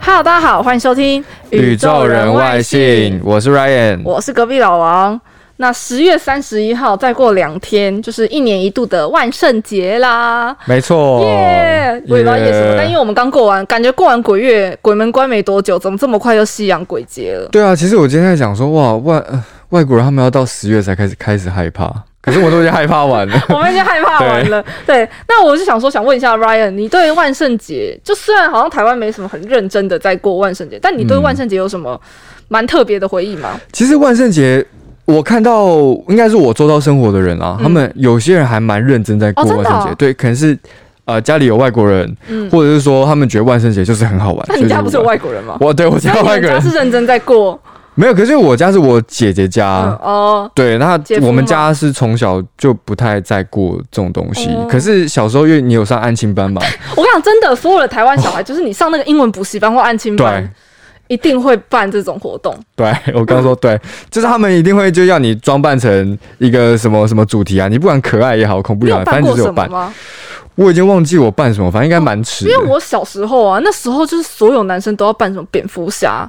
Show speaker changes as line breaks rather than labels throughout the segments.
Hello，大家好，欢迎收听《
宇宙人外信》，我是 Ryan。
我是隔壁老王。那十月三十一号，再过两天就是一年一度的万圣节啦，
没错，
耶、我也不知道夜什么，
哦耶
但因为我们刚过完，感觉过完鬼月，鬼门关没多久，怎么这么快就西洋鬼节 了？
对啊，其实我今天在想说，哇，外、呃外国人他们要到十月才开始开始害怕，可是我都已经害怕完了。
我们已经害怕完了。对，那我就想说，想问一下 Ryan，你对万圣节，就虽然好像台湾没什么很认真的在过万圣节，但你对
嗯
万圣节有什么蛮特别的回忆吗？
其实万圣节，我看到应该是我周遭生活的人啊，
嗯
他们有些人还蛮认真在过
哦真
万
的哦
圣节，对，可能是呃家里有外国人，
嗯
或者是说他们觉得万圣节就是很好玩。
那你家不是有
就玩？
外国人吗？
我对我
那
家
你
有外
们
国
家
人
是认真在过？
没有，可是我家是我姐姐家。
嗯哦，
对，那
姐夫
我们
吗
家是从小就不太在过这种东西。
哦
可是小时候，因为你有上安亲班嘛，
我 跟你讲，真的，所有的台湾小孩，就是你上那个英文补习班或安亲
对
班，一定会办这种活动。
对，我刚说对，就是他们一定会就要你装扮成一个什么什么主题啊，你不管可爱也好，恐怖
你
也
有
好，反
办过
正就是
什
有
么
扮。
吗？
我已经忘记我扮什么，反正应该蛮迟
因
的。
为我小时候啊，那时候就是所有男生都要扮什么蝙蝠侠、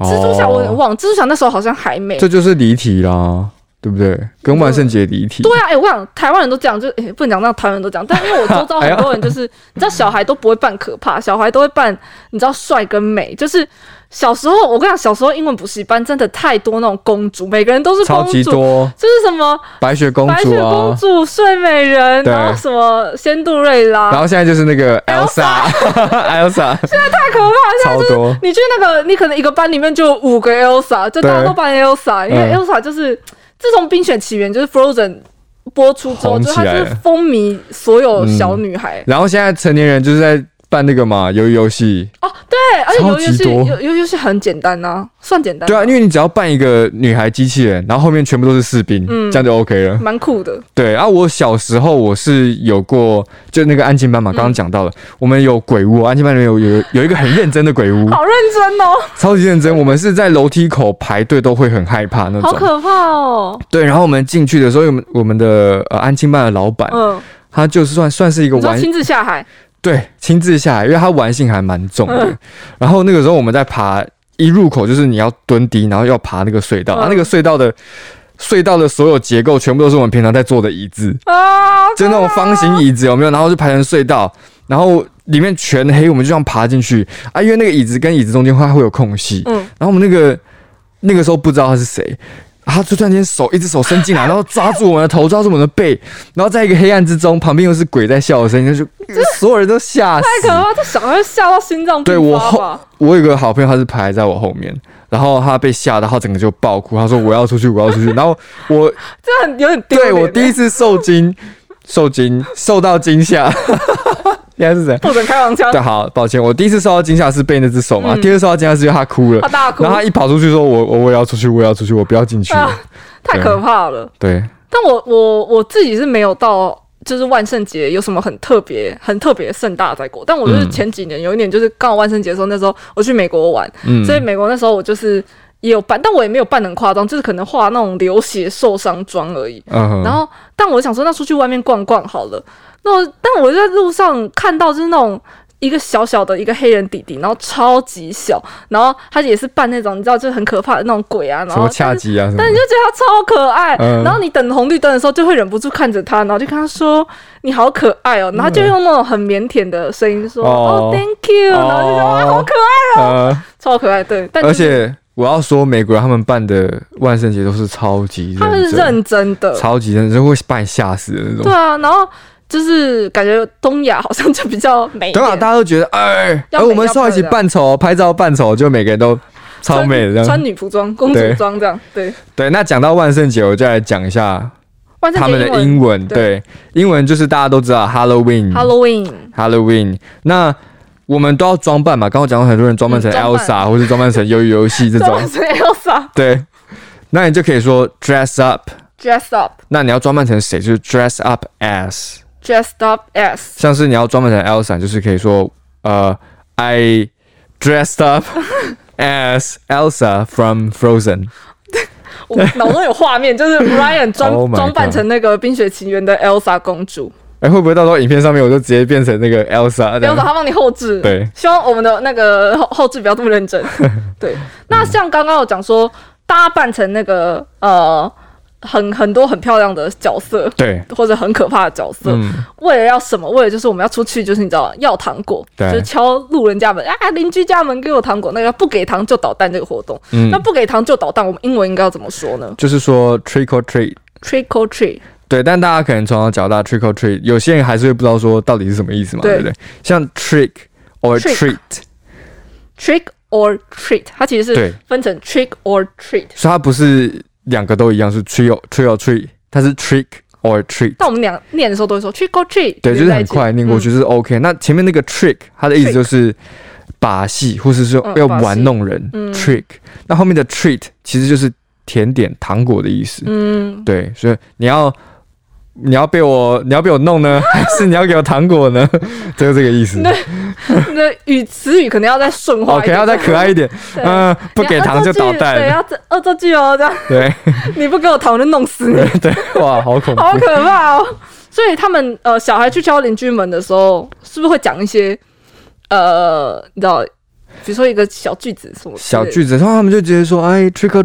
蜘蛛侠，我有点
哦
忘了。蜘蛛侠那时候好像还没。
这就是离题啦，对不对？跟万圣节离题。
对啊，哎、我想台湾人都这样，就哎、不能讲让台湾人都这样，但因为我周遭
哎
很
呦
多人就是，你知道小孩都不会扮可怕，小孩都会扮，你知道帅跟美，就是小时候我跟你讲，小时候英文补习班真的太多那种公主，每个人都是
超
公
级
主，
多
就是什么
白雪公
白雪
主
公
啊，
主、睡美人，
对
然后什么仙杜瑞拉，
然后现在就是那个
Elsa
Elsa，Elsa
太可怕！
超多。
你去那个，你可能一个班里面就有五个 Elsa，就大家
对嗯
都扮 Elsa，因为 Elsa 就是、自从《冰雪奇缘》就是 Frozen 播出之后，
红
就
起
它
来嗯
就是
了
风靡所有小女孩。
然后现在成年人就是在办那个嘛，鱿鱼游戏。
哦，对，而且
超
游
级
游戏
多
游游游戏很简单呐、算简单，
对啊，因为你只要扮一个女孩机器人，然后后面全部都是士兵，
嗯
这样就 OK 了。
蛮酷的。
对啊，我小时候我是有过，就那个安静班
嗯
嘛，刚刚讲到了，我们有鬼屋，安静班里面有有有一个很认真的鬼屋，
好认真哦，
超级认真，我们是在楼梯口排队都会很害怕那
好
种。
可怕哦。
对，然后我们进去的时候，我们我们的呃安静班的老板，
嗯，
他就是算算是一个
你说
哎玩
亲自下海，
对亲自下来，因为他玩性还蛮重的。然后那个时候我们在爬，一入口就是你要蹲低，然后要爬那个隧道，
嗯
啊，那个隧道的隧道的所有结构全部都是我们平常在坐的椅子。
啊，
就那种方形椅子有没有？然后就排成隧道，然后里面全黑，我们就这样爬进去啊。因为那个椅子跟椅子中间它会有空隙，
嗯，
然后我们那个那个时候不知道他是谁。啊！他就突然间手一只手伸进来，然后抓住我们的头，抓住我们的背，然后在一个黑暗之中，旁边又是鬼在笑的声音，就是所有人都 吓死。
太可怕，这小孩会吓到心脏
对
病
我
发
后
吧？，
我有一个好朋友，他是排在我后面，然后他被吓到，他整个就爆哭，他说我要出去，我要出去。然后我
这很有点丢
对
脸欸。
我第一次 受惊，受惊，受到惊吓， 应该是这样。
不准开黄腔
对，，好，抱歉，我第一次受到惊吓是被那只手嘛，
嗯
第二次受到惊吓是因为他哭了，
他大哭
然，后他一跑出去说：“我我我也要出去，我也要出去，我不要进去。
啊太可怕了。
对，
但我我我自己是没有到。就是万圣节有什么很特别、很特别盛大在过，但我就是
嗯
前几年有一年，就是刚好万圣节的时候，那时候我去美国玩，
嗯，
所以美国那时候我就是也有扮，但我也没有扮得很夸张，就是可能化那种流血受伤妆而已。
嗯哼，
然后，但我想说，那出去外面逛逛好了。那我，但我就在路上看到就是那种一个小小的一个黑人弟弟，然后超级小，然后他也是扮那种你知道就是很可怕的那种鬼啊，然
什
后
么恰
但是
吉啊什么
但你
的，
就觉得他超可爱，
嗯
然后你等红绿灯的时候就会忍不住看着他，然后就跟他说你好可爱哦，然后他就用那种很腼�腆的声音说哦
哦
Thank you，然后就说哇好可爱，
呃，
超可爱，对，但就
而
是
且我要说，美国人他们办的万圣节都是超级
他们
认
是
真，
认真的，
超级认真，会把你吓死的那
对
种。
啊，然后就是感觉东亚好像就比较美一
对
点，
啊，大家都觉得哎，
要
哎，
美
我们
要
稍微
漂
一起
亮
扮丑，拍照扮丑，就每个人都超
穿
美的这样。
穿女服装、公主
对
装这样，对，
对，那讲到万圣节，我就来讲一下
万圣
他们
节
的
英
英文，
对
对，英文就是大家都知道 Halloween。
Halloween，
Halloween，那我们都要装扮嘛。刚刚讲到很多人装扮成
嗯装扮
Elsa，或是装扮成鱿鱼游戏这
怎
种
么，是 Elsa
对。那你就可以说 dress up。
dress up。
那你要装扮成谁？就是 dress up as。
Dressed up as
像是你要装扮成 Elsa，就是可以说呃，I dressed up as Elsa from Frozen。
我脑中有画面，就是 Ryan 装
Oh my
装扮
God
成那个《冰雪奇缘》的 Elsa 公主，
哎、会不会到时候影片上面我就直接变成那个 Elsa
不
这
要找
样？
他帮你后置。
对，
希望我们的那个后后置不要这么认真。 对，那像刚刚有讲说，大家扮成那个呃很很多很漂亮的角色，
对，
或者很可怕的角色，
嗯，
为了要什么？为了就是我们要出去，就是你知道要糖果，就
对
是敲路人家门啊，邻居家门给我糖果，那个不给糖就捣蛋这个活动。
嗯
那不给糖就捣蛋，我们英文应该要怎么说呢
就是说 trick or treat。
？Trick or treat，
对，但大家可能从小长大 trick or treat，有些人还是会不知道说到底是什么意思嘛，
对
对不对？像 trick or
Trick
treat，
trick or treat，它其实是
对
分成 trick or treat，
所以它不是两个都一样，是 trick or trick or treat，它是 trick or treat。
但我们俩念的时候都会说 trick or treat，
对，就是
连在
很
一起
快念过去，就是 OK。那前面那个 trick，它的意思
嗯 Trick
就是把戏，或是说
嗯
要
把戏
玩弄人、
嗯
trick。那后面的 treat 其实就是甜点、糖果的意思。
嗯，
对，所以你要你要被我你要被我 弄呢，还是你要给我糖果呢？就是这个意思。
那语词语可能要再顺化一
OK，
点，
要再哦可爱一点，
对
嗯，不
你
给
要
糖就捣
对，
蛋，
要这恶作剧哦，这样
对
你不给我糖我就弄死你，
对，哇，好 恐怖。
好可怕哦！所以他们呃，小孩去敲邻居门的时候，是不是会讲一些呃，你知道，比如说一个小句子什么之类
小
的
句子，然后他们就直接说，哎，trick or
哦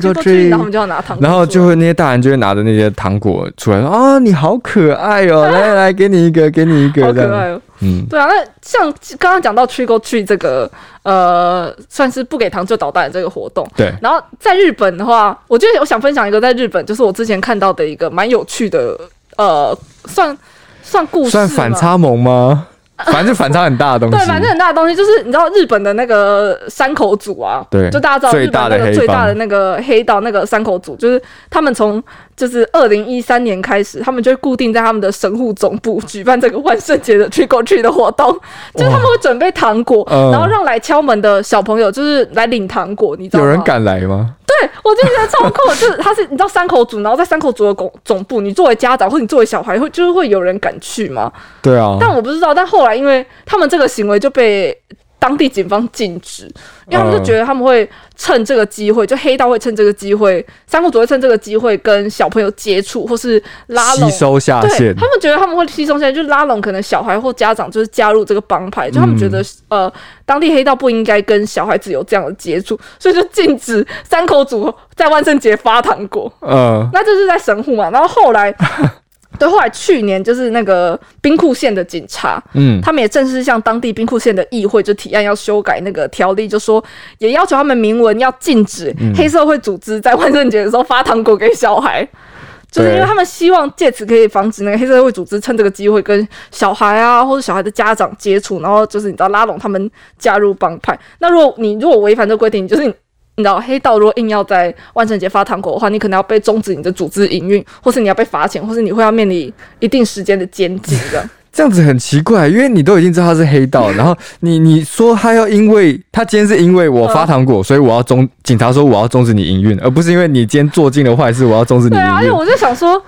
trick or
or
treat，
treat，
然后我们就要拿糖果出来，
然后就会那些大人就会拿着那些糖果出来说啊，你好可爱 哦，来来，给你一个，给你一个，
好
这
可
样，
爱哦。
嗯，
对啊，那像刚刚讲到 trick or treat 这个呃，算是不给糖就捣蛋的这个活动。
对，
然后在日本的话，我觉得我想分享一个在日本，就是我之前看到的一个蛮有趣的，呃，算算故事，
算反。差 萌吗？反正反差很大的东
对，
西，
反正很大的东西就是你知道日本的那个山口组啊，
对
就大家知道日
最
本
大
那
的
个
黑
最大
帮
的那个黑道那个山口组，就是他们从就是二零一三年开始，他们就会固定在他们的神户总部举办这个万圣节的 trick or treat 的活动，就是他们会准备糖果，
嗯
然后让来敲门的小朋友就是来领糖果，你知道
有
吗？
人敢来吗？
对，我就觉得超酷， 就是他是你知道山口组，然后在山口组的总总部，你作为家长或你作为小孩，会就是会有人敢去吗？
对啊，
但我不知道，但后来因为他们这个行为就被当地警方禁止，因为他们
嗯
就觉得他们会趁这个机会，就黑道会趁这个机会，山口组会趁这个机会跟小朋友接触或是拉拢
吸。收下
对
线，
他们觉得他们会吸收现在就拉拢可能小孩或家长就是加入这个帮派，就他们觉得、
嗯
呃当地黑道不应该跟小孩子有这样的接触，所以就禁止山口组在万圣节发糖 果。
嗯，
那这是在神户嘛，然后后来，对，后来去年就是那个兵库县的警察，
嗯，
他们也正式向当地兵库县的议会就提案要修改那个条例，就说也要求他们明文要禁止
嗯
黑社会组织在万圣节的时候发糖果给小孩。就是因为
对
他们希望借此可以防止那个黑社会组织趁这个机会跟小孩啊，或者小孩的家长接触，然后就是你知道拉拢他们加入帮派。那如果你如果违反这个规定，就是你你知道黑道如果硬要在万圣节发糖果的话，你可能要被终止你的组织营运，或是你要被罚钱，或是你会要面临一定时间的监禁这样。
这样子很奇怪，因为你都已经知道他是黑道，然后你你说他要因为他今天是因为我发糖果，所以我要终警察说我要终止你营运，而不是因为你今天做尽了坏事，我要终止你
对
营
啊，而且
运。
我就想说，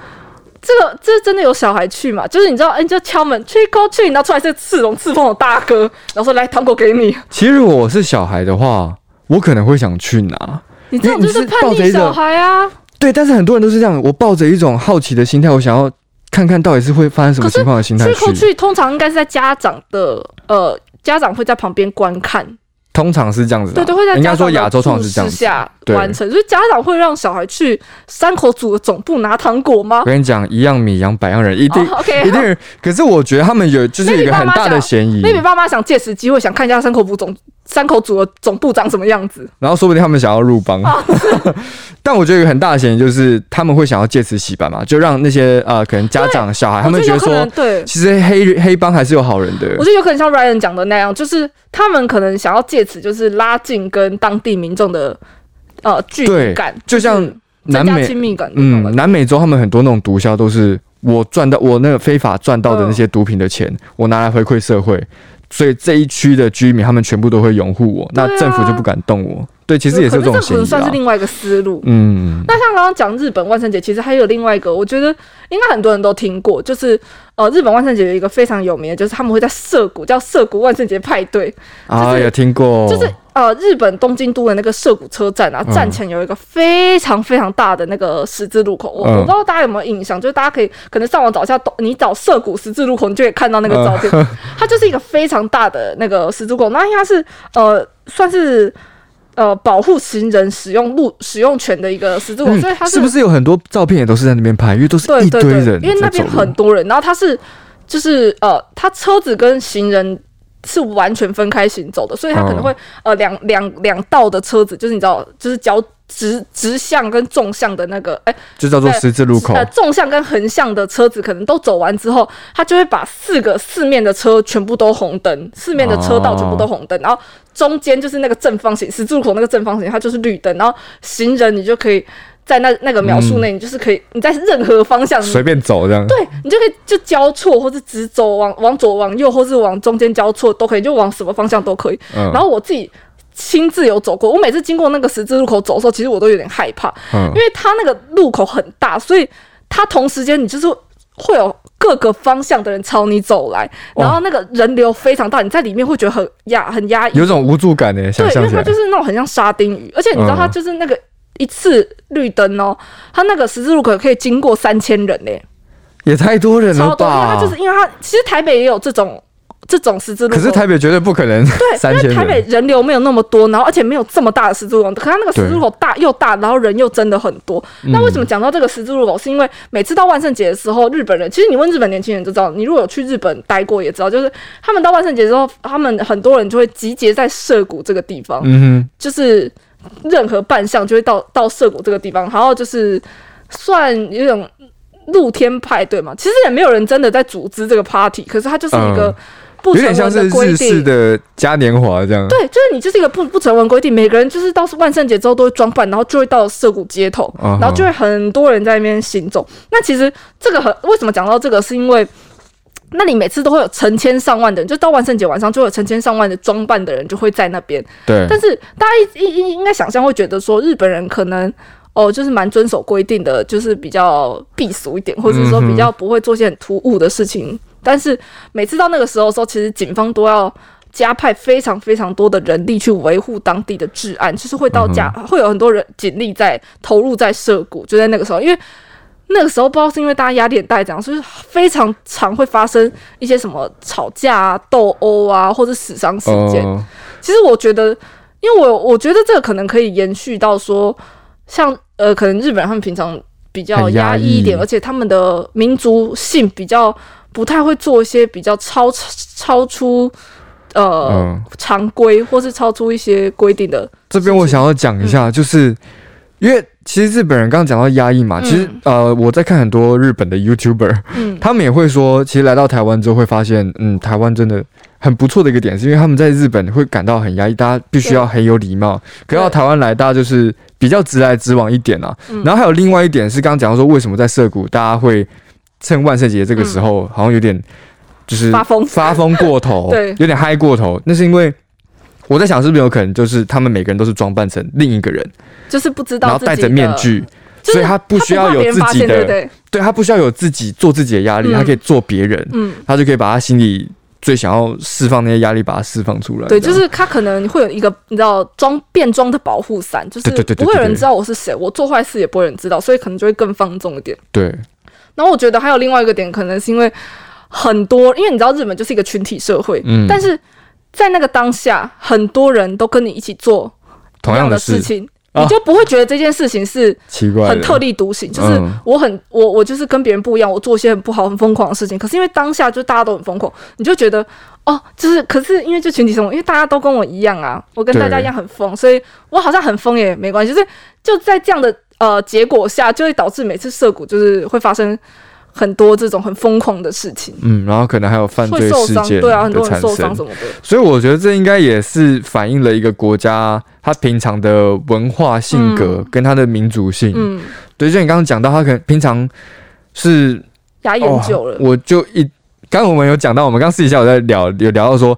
这个这真的有小孩去嘛？就是你知道，哎、你就敲门去 go 去，然后出来是赤龙赤凤的大哥，然后说来糖果给你，
其实如果我是小孩的话，我可能会想去拿。
你这种
你
就
你
是
是
叛
抱着
逆
一种
小孩啊！
对，但是很多人都是这样，我抱着一种好奇的心态，我想要看看到底是会发生什么情况的心态
去 go
去。
去通常应该是在家长的呃。家长会在旁边观看，
通常是这样子的、
对对，会在
应
家长
该说
的
亚洲通常
注
是这样
视
子。
下
对
完成，所以家长会让小孩去山口组的总部拿糖果吗
我？跟你讲，一样米养百样人，一定、
哦，OK，
一定 有。可是我觉得他们有就是有一个很大的嫌疑，
maybe 爸妈想借此机会想看一下山口组总山口组的总部长什么样子，
然后说不定他们想要入帮。
哦
但我觉得有一个很大的嫌疑就是他们会想要借此洗白嘛，就让那些呃可能家长小孩他们
我
觉
有
得
可
说
能，对，
其实黑黑帮还是有好人的
我。觉得有可能像 Ryan 讲的那样，就是他们可能想要借此就是拉近跟当地民众的呃距离
对
感，
就像
是
南
增加
美
亲密感。
嗯，
嗯，
南美洲他们很多那种毒枭都是我赚到我那个非法赚到的那些毒品的钱，
嗯
我拿来回馈社会，所以这一区的居民他们全部都会拥护我，
对啊
那政府就不敢动我。对，其实也是有
可
种
这可
嫌
能
疑
算是
啊。
另外一个思路。
嗯，
那像刚刚讲日本万圣节，其实还有另外一个，我觉得应该很多人都听过，就是呃，日本万圣节有一个非常有名的，就是他们会在涩谷叫涩谷万圣节派对，
啊，有听过，
就是呃日本东京都的那个涉谷车站啊，
嗯
站前有一个非常非常大的那个十字路口，我
嗯
我不知道大家有没有印象，就是大家可以可能上网找一下东，你找涉谷十字路口，你就可以看到那个照
嗯
片， 它就是一个非常大的那个十字路口，那应该是呃算是。呃，保护行人使用路使用权的一个十字路口，
嗯
所以它
是不是有很多照片也都是在那边拍？因为都是
对
一
对
堆
对，
人，
因为那边很，多人，然后他是就是呃，他车子跟行人。是完全分开行走的，所以他可
哦
能会、呃两两两道的车子，就是你知道，就是交直直向跟纵向的那个，哎、
就叫做十字路口
呃，纵向跟横向的车子可能都走完之后，他就会把四个四面的车全部都红灯，四面的车道全部都红灯，然后中间就是那个正方形十字路口那个正方形，它就是绿灯，然后行人你就可以在那那个描述内，你就是可以你在任何方向
随便走这样。
对你就可以就交错，或是直走往往左往右，或是往中间交错都可以，就往什么方向都可以。
嗯
然后我自己亲自有走过，我每次经过那个十字路口走的时候，其实我都有点害怕，
嗯
因为它那个路口很大，所以它同时间你就是会有各个方向的人朝你走来，
哇
然后那个人流非常大，你在里面会觉得很压很压抑，
有种无助感呢，想
对，因
象
为
起
它
来
就。是那种很像沙丁鱼，而且你知道它
嗯
就是那个一次绿灯哦，它那个十字路口可以经过三千人欸呢、
也太多人了
超多，因为
吧
它？就是因为它其实台北也有这种这种十字路
可
口，
是台北绝对不可 能三
对，因
千
为台北
人，
人流没有那么多，然后而且没有这么大的十字路口，可它那个十字路口大又大，然后人又真的很多。
嗯
那为什么讲到这个十字路口？是因为每次到万圣节的时候，日本人其实你问日本年轻人就知道，你如果有去日本待过也知道，就是他们到万圣节之后，他们很多人就会集结在涩谷这个地方，
嗯
就是任何扮相就会到到涩谷这个地方，然后就是算有一种露天派对嘛。其实也没有人真的在组织这个 party，可是它就是一个
嗯
不
哼，有
成
点像
文
是
的规
日式
定。
的嘉年华这样。
对，就是你就是一个不不成文规定，每个人就是到万圣节之后都会装扮，然后就会到涩谷街头，
嗯哼
然后就会很多人在那边行走。那其实这个很为什么讲到这个，是因为那里每次都会有成千上万的人，就到万圣节晚上就会有成千上万的装扮的人就会在那边，
对
但是大家一一一应该想象会觉得说，日本人可能哦，就是蛮遵守规定的，就是比较避俗一点，或者说
嗯哼
比较不会做一些很突兀的事情。但是每次到那个时候的时候，其实警方都要。加派非常非常多的人力去维护当地的治安，就是会
嗯
到加、会有很多人警力在投入在涉谷，就在那个时候，因为那个时候不知道是因为大家压力很大，怎样，就是非常常会发生一些什么吵架啊、斗殴啊，或者死伤事件。
哦，
其实我觉得，因为我我觉得这个可能可以延续到说，像呃，可能日本人他们平常比较
很
压
压
抑一点，
抑
而且他们的民族性比较不太会做一些比较超超出呃、
嗯
常规或是超出一些规定的，
这边我想要讲一
嗯
下，就是因为其实日本人刚刚讲到压抑嘛，
嗯
其实呃，我在看很多日本的 YouTuber，
嗯
他们也会说，其实来到台湾之后会发现，嗯，台湾真的很不错的一个点，是因为他们在日本会感到很压抑，大家必须要很有礼貌。嗯可到台湾来，大家就是比较直来直往一点啊。然后还有另外一点是，刚刚讲到说，为什么在涩谷大家会趁万圣节这个时候，好像有点就是
发疯
发疯过头，
对
有点嗨过头，那是因为。我在想，是不是有可能就是他们每个人都是装扮成另一个人，
就是不知道
然后
自己
戴着
的
面，具，
就是
所以他不需要
怕别
有
人
自
发
己
现
的，
对不对？
对他不需要有自己做自己的压力，
嗯
他可以做别人，
嗯。
他就可以把他心里最想要释放那些压力，把它释放出来。
对，
这
就
样
是他可能会有一个你知道装变装的保护伞，就是
对对对对
不会有人
对
知道我是谁，我做坏事也不会有人知道，所以可能就会更放纵一点。
对，
然后我觉得还有另外一个点，可能是因为很多，因为你知道日本就是一个群体社会，
嗯
但是在那个当下，很多人都跟你一起做
同
样
样
的
的
事
事，
情，
啊
你就不会觉得这件事情是
奇怪的，
很特立独行，就是
嗯
我很我我就是跟别人不一样，我做一些很不好、很疯狂的事情。可是因为当下就大家都很疯狂，你就觉得哦，就是可是因为就群体生活，因为大家都跟我一样啊，我跟大家
对
一样很疯，所以我好像很疯也没关系。就是就在这样的呃结果下，就会导致每次涉谷就是会发生很多这种很疯狂的事情，
嗯，然后可能还有犯
会
罪
受
事
伤，
件
对啊，很
的
多人
产
受伤
生
什。么的，
所以我觉得这应该也是反映了一个国家它平常的文化性格跟它的民族性。
嗯，
对，就像你刚刚讲到，它可能平常是
牙
哦
研究了，
我就一刚刚我们有讲到，我们刚私底下有在聊，有聊到说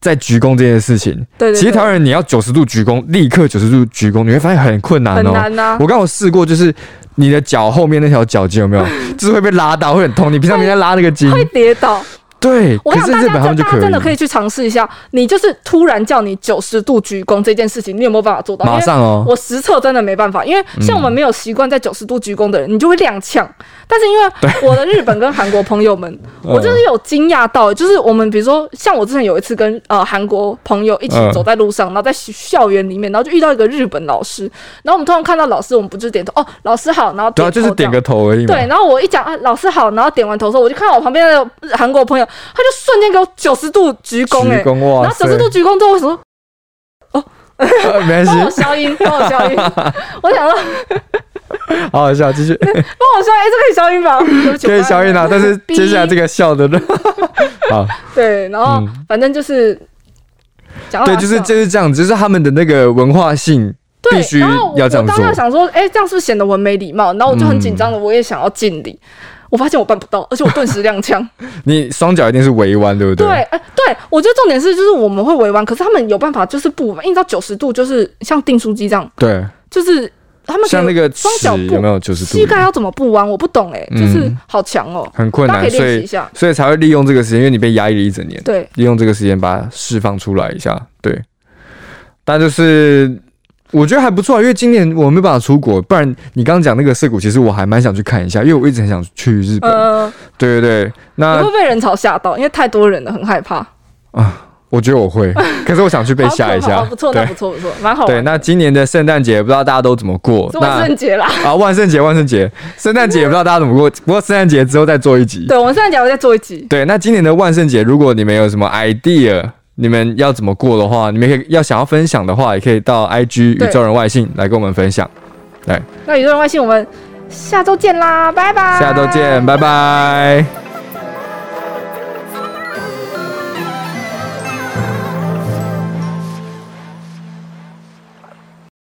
在鞠躬这件事情，
对对对，
其实台湾人你要九十度鞠躬，立刻九十度鞠躬，你会发现很困难
很
哦。
难啊呐、
我刚有试过，就是你的脚后面那条脚筋有没有，就是会被拉到，会很痛。你平常没在拉那个筋，
嗯会跌倒，
对，
我
可
想
是
大
日
家
本他们就
大家真的可
以
以去尝试一下，你就是突然叫你九十度鞠躬这件事情，你有没有办法做到？因
马
为
上嗯哦，
我实测真的没办法，因为像我们没有习惯在九十度鞠躬的人，你就会踉跄。但是因为我的日本跟韩国朋友 们，
嗯
我就是有惊讶到，就是我们比如说像我之前有一次跟呃韩国朋友一起
嗯
走在路上，然后在校园里面，然后就遇到一个日本老师，然后我们通常看到老师，我们不就点头哦老师好，然后
对啊，
头
就是点
这样
个头而已嘛。
对，然后我一讲啊，老师好，然后点完头之后，我就看到我旁边的韩国朋友，他就瞬间给我九十度鞠躬、欸，
鞠躬哇
然后
塞，
九十度鞠躬之后，我想说
呃 没 关
帮我
系，
消音，帮我消音，哎我想说
好好笑，继续
帮我消音，哎、这可以消音 吧？对不起，哎
可
我
以
刚
消音啊啦。但是
哔
接下来这个笑的呢， 好，
对，然后、
嗯
反正就是讲到
对，
哪
就是
去
就
了
是这样子，就是他们的那个文化性
对
必须
然后我
要这样
我
做
当。时想说，哎、这样是不是显得我很没礼貌？然后我就很
嗯
紧张的，我也想要敬礼。我发现我办不到，而且我顿时踉跄。
你双脚一定是围弯，对不
对，哎、对，我觉得重点是，就是我们会围弯，可是他们有办法，就是不，因为你知道九十度就是像订书机这样，
对，
就是他们
像那
个
个
双脚
尺
步
有没有九十
膝
度？
盖要怎么不弯，我不懂哎、
嗯
就是好强哦、
很困
大家可
难，
以
所
练习一
以
下。
所以才会利用这个时间，因为你被压抑了一整年，
对，
利用这个时间把它释放出来一下。对，但就是我觉得还不错啊，因为今年我没办法出国，不然你刚刚讲那个涩谷，其实我还蛮想去看一下，因为我一直很想去日本。
呃，哦
对对对，
你
那
会被人潮吓到，因为太多人了，很害怕。
啊我觉得我 会，可是我想去被
好
吓一
可怕
下。
哦不错，那
对
不错，不错，蛮好
对，
玩的。
那今年的圣诞节不知道大家都怎么过？
是万
那
圣节啦，
啊，万圣节，万圣节，圣诞节也不知道大家怎么过，不过圣诞节之后再做一集。
对，我们圣诞节我再做一集。
对，那今年的万圣节，如果你们有什么 idea，你们要怎么过的话，你们可以要想要分享的话，也可以到 IG
对
宇宙人外信来跟我们分享。
那宇宙人外星，我们下周见啦，拜拜。
下周见，拜拜。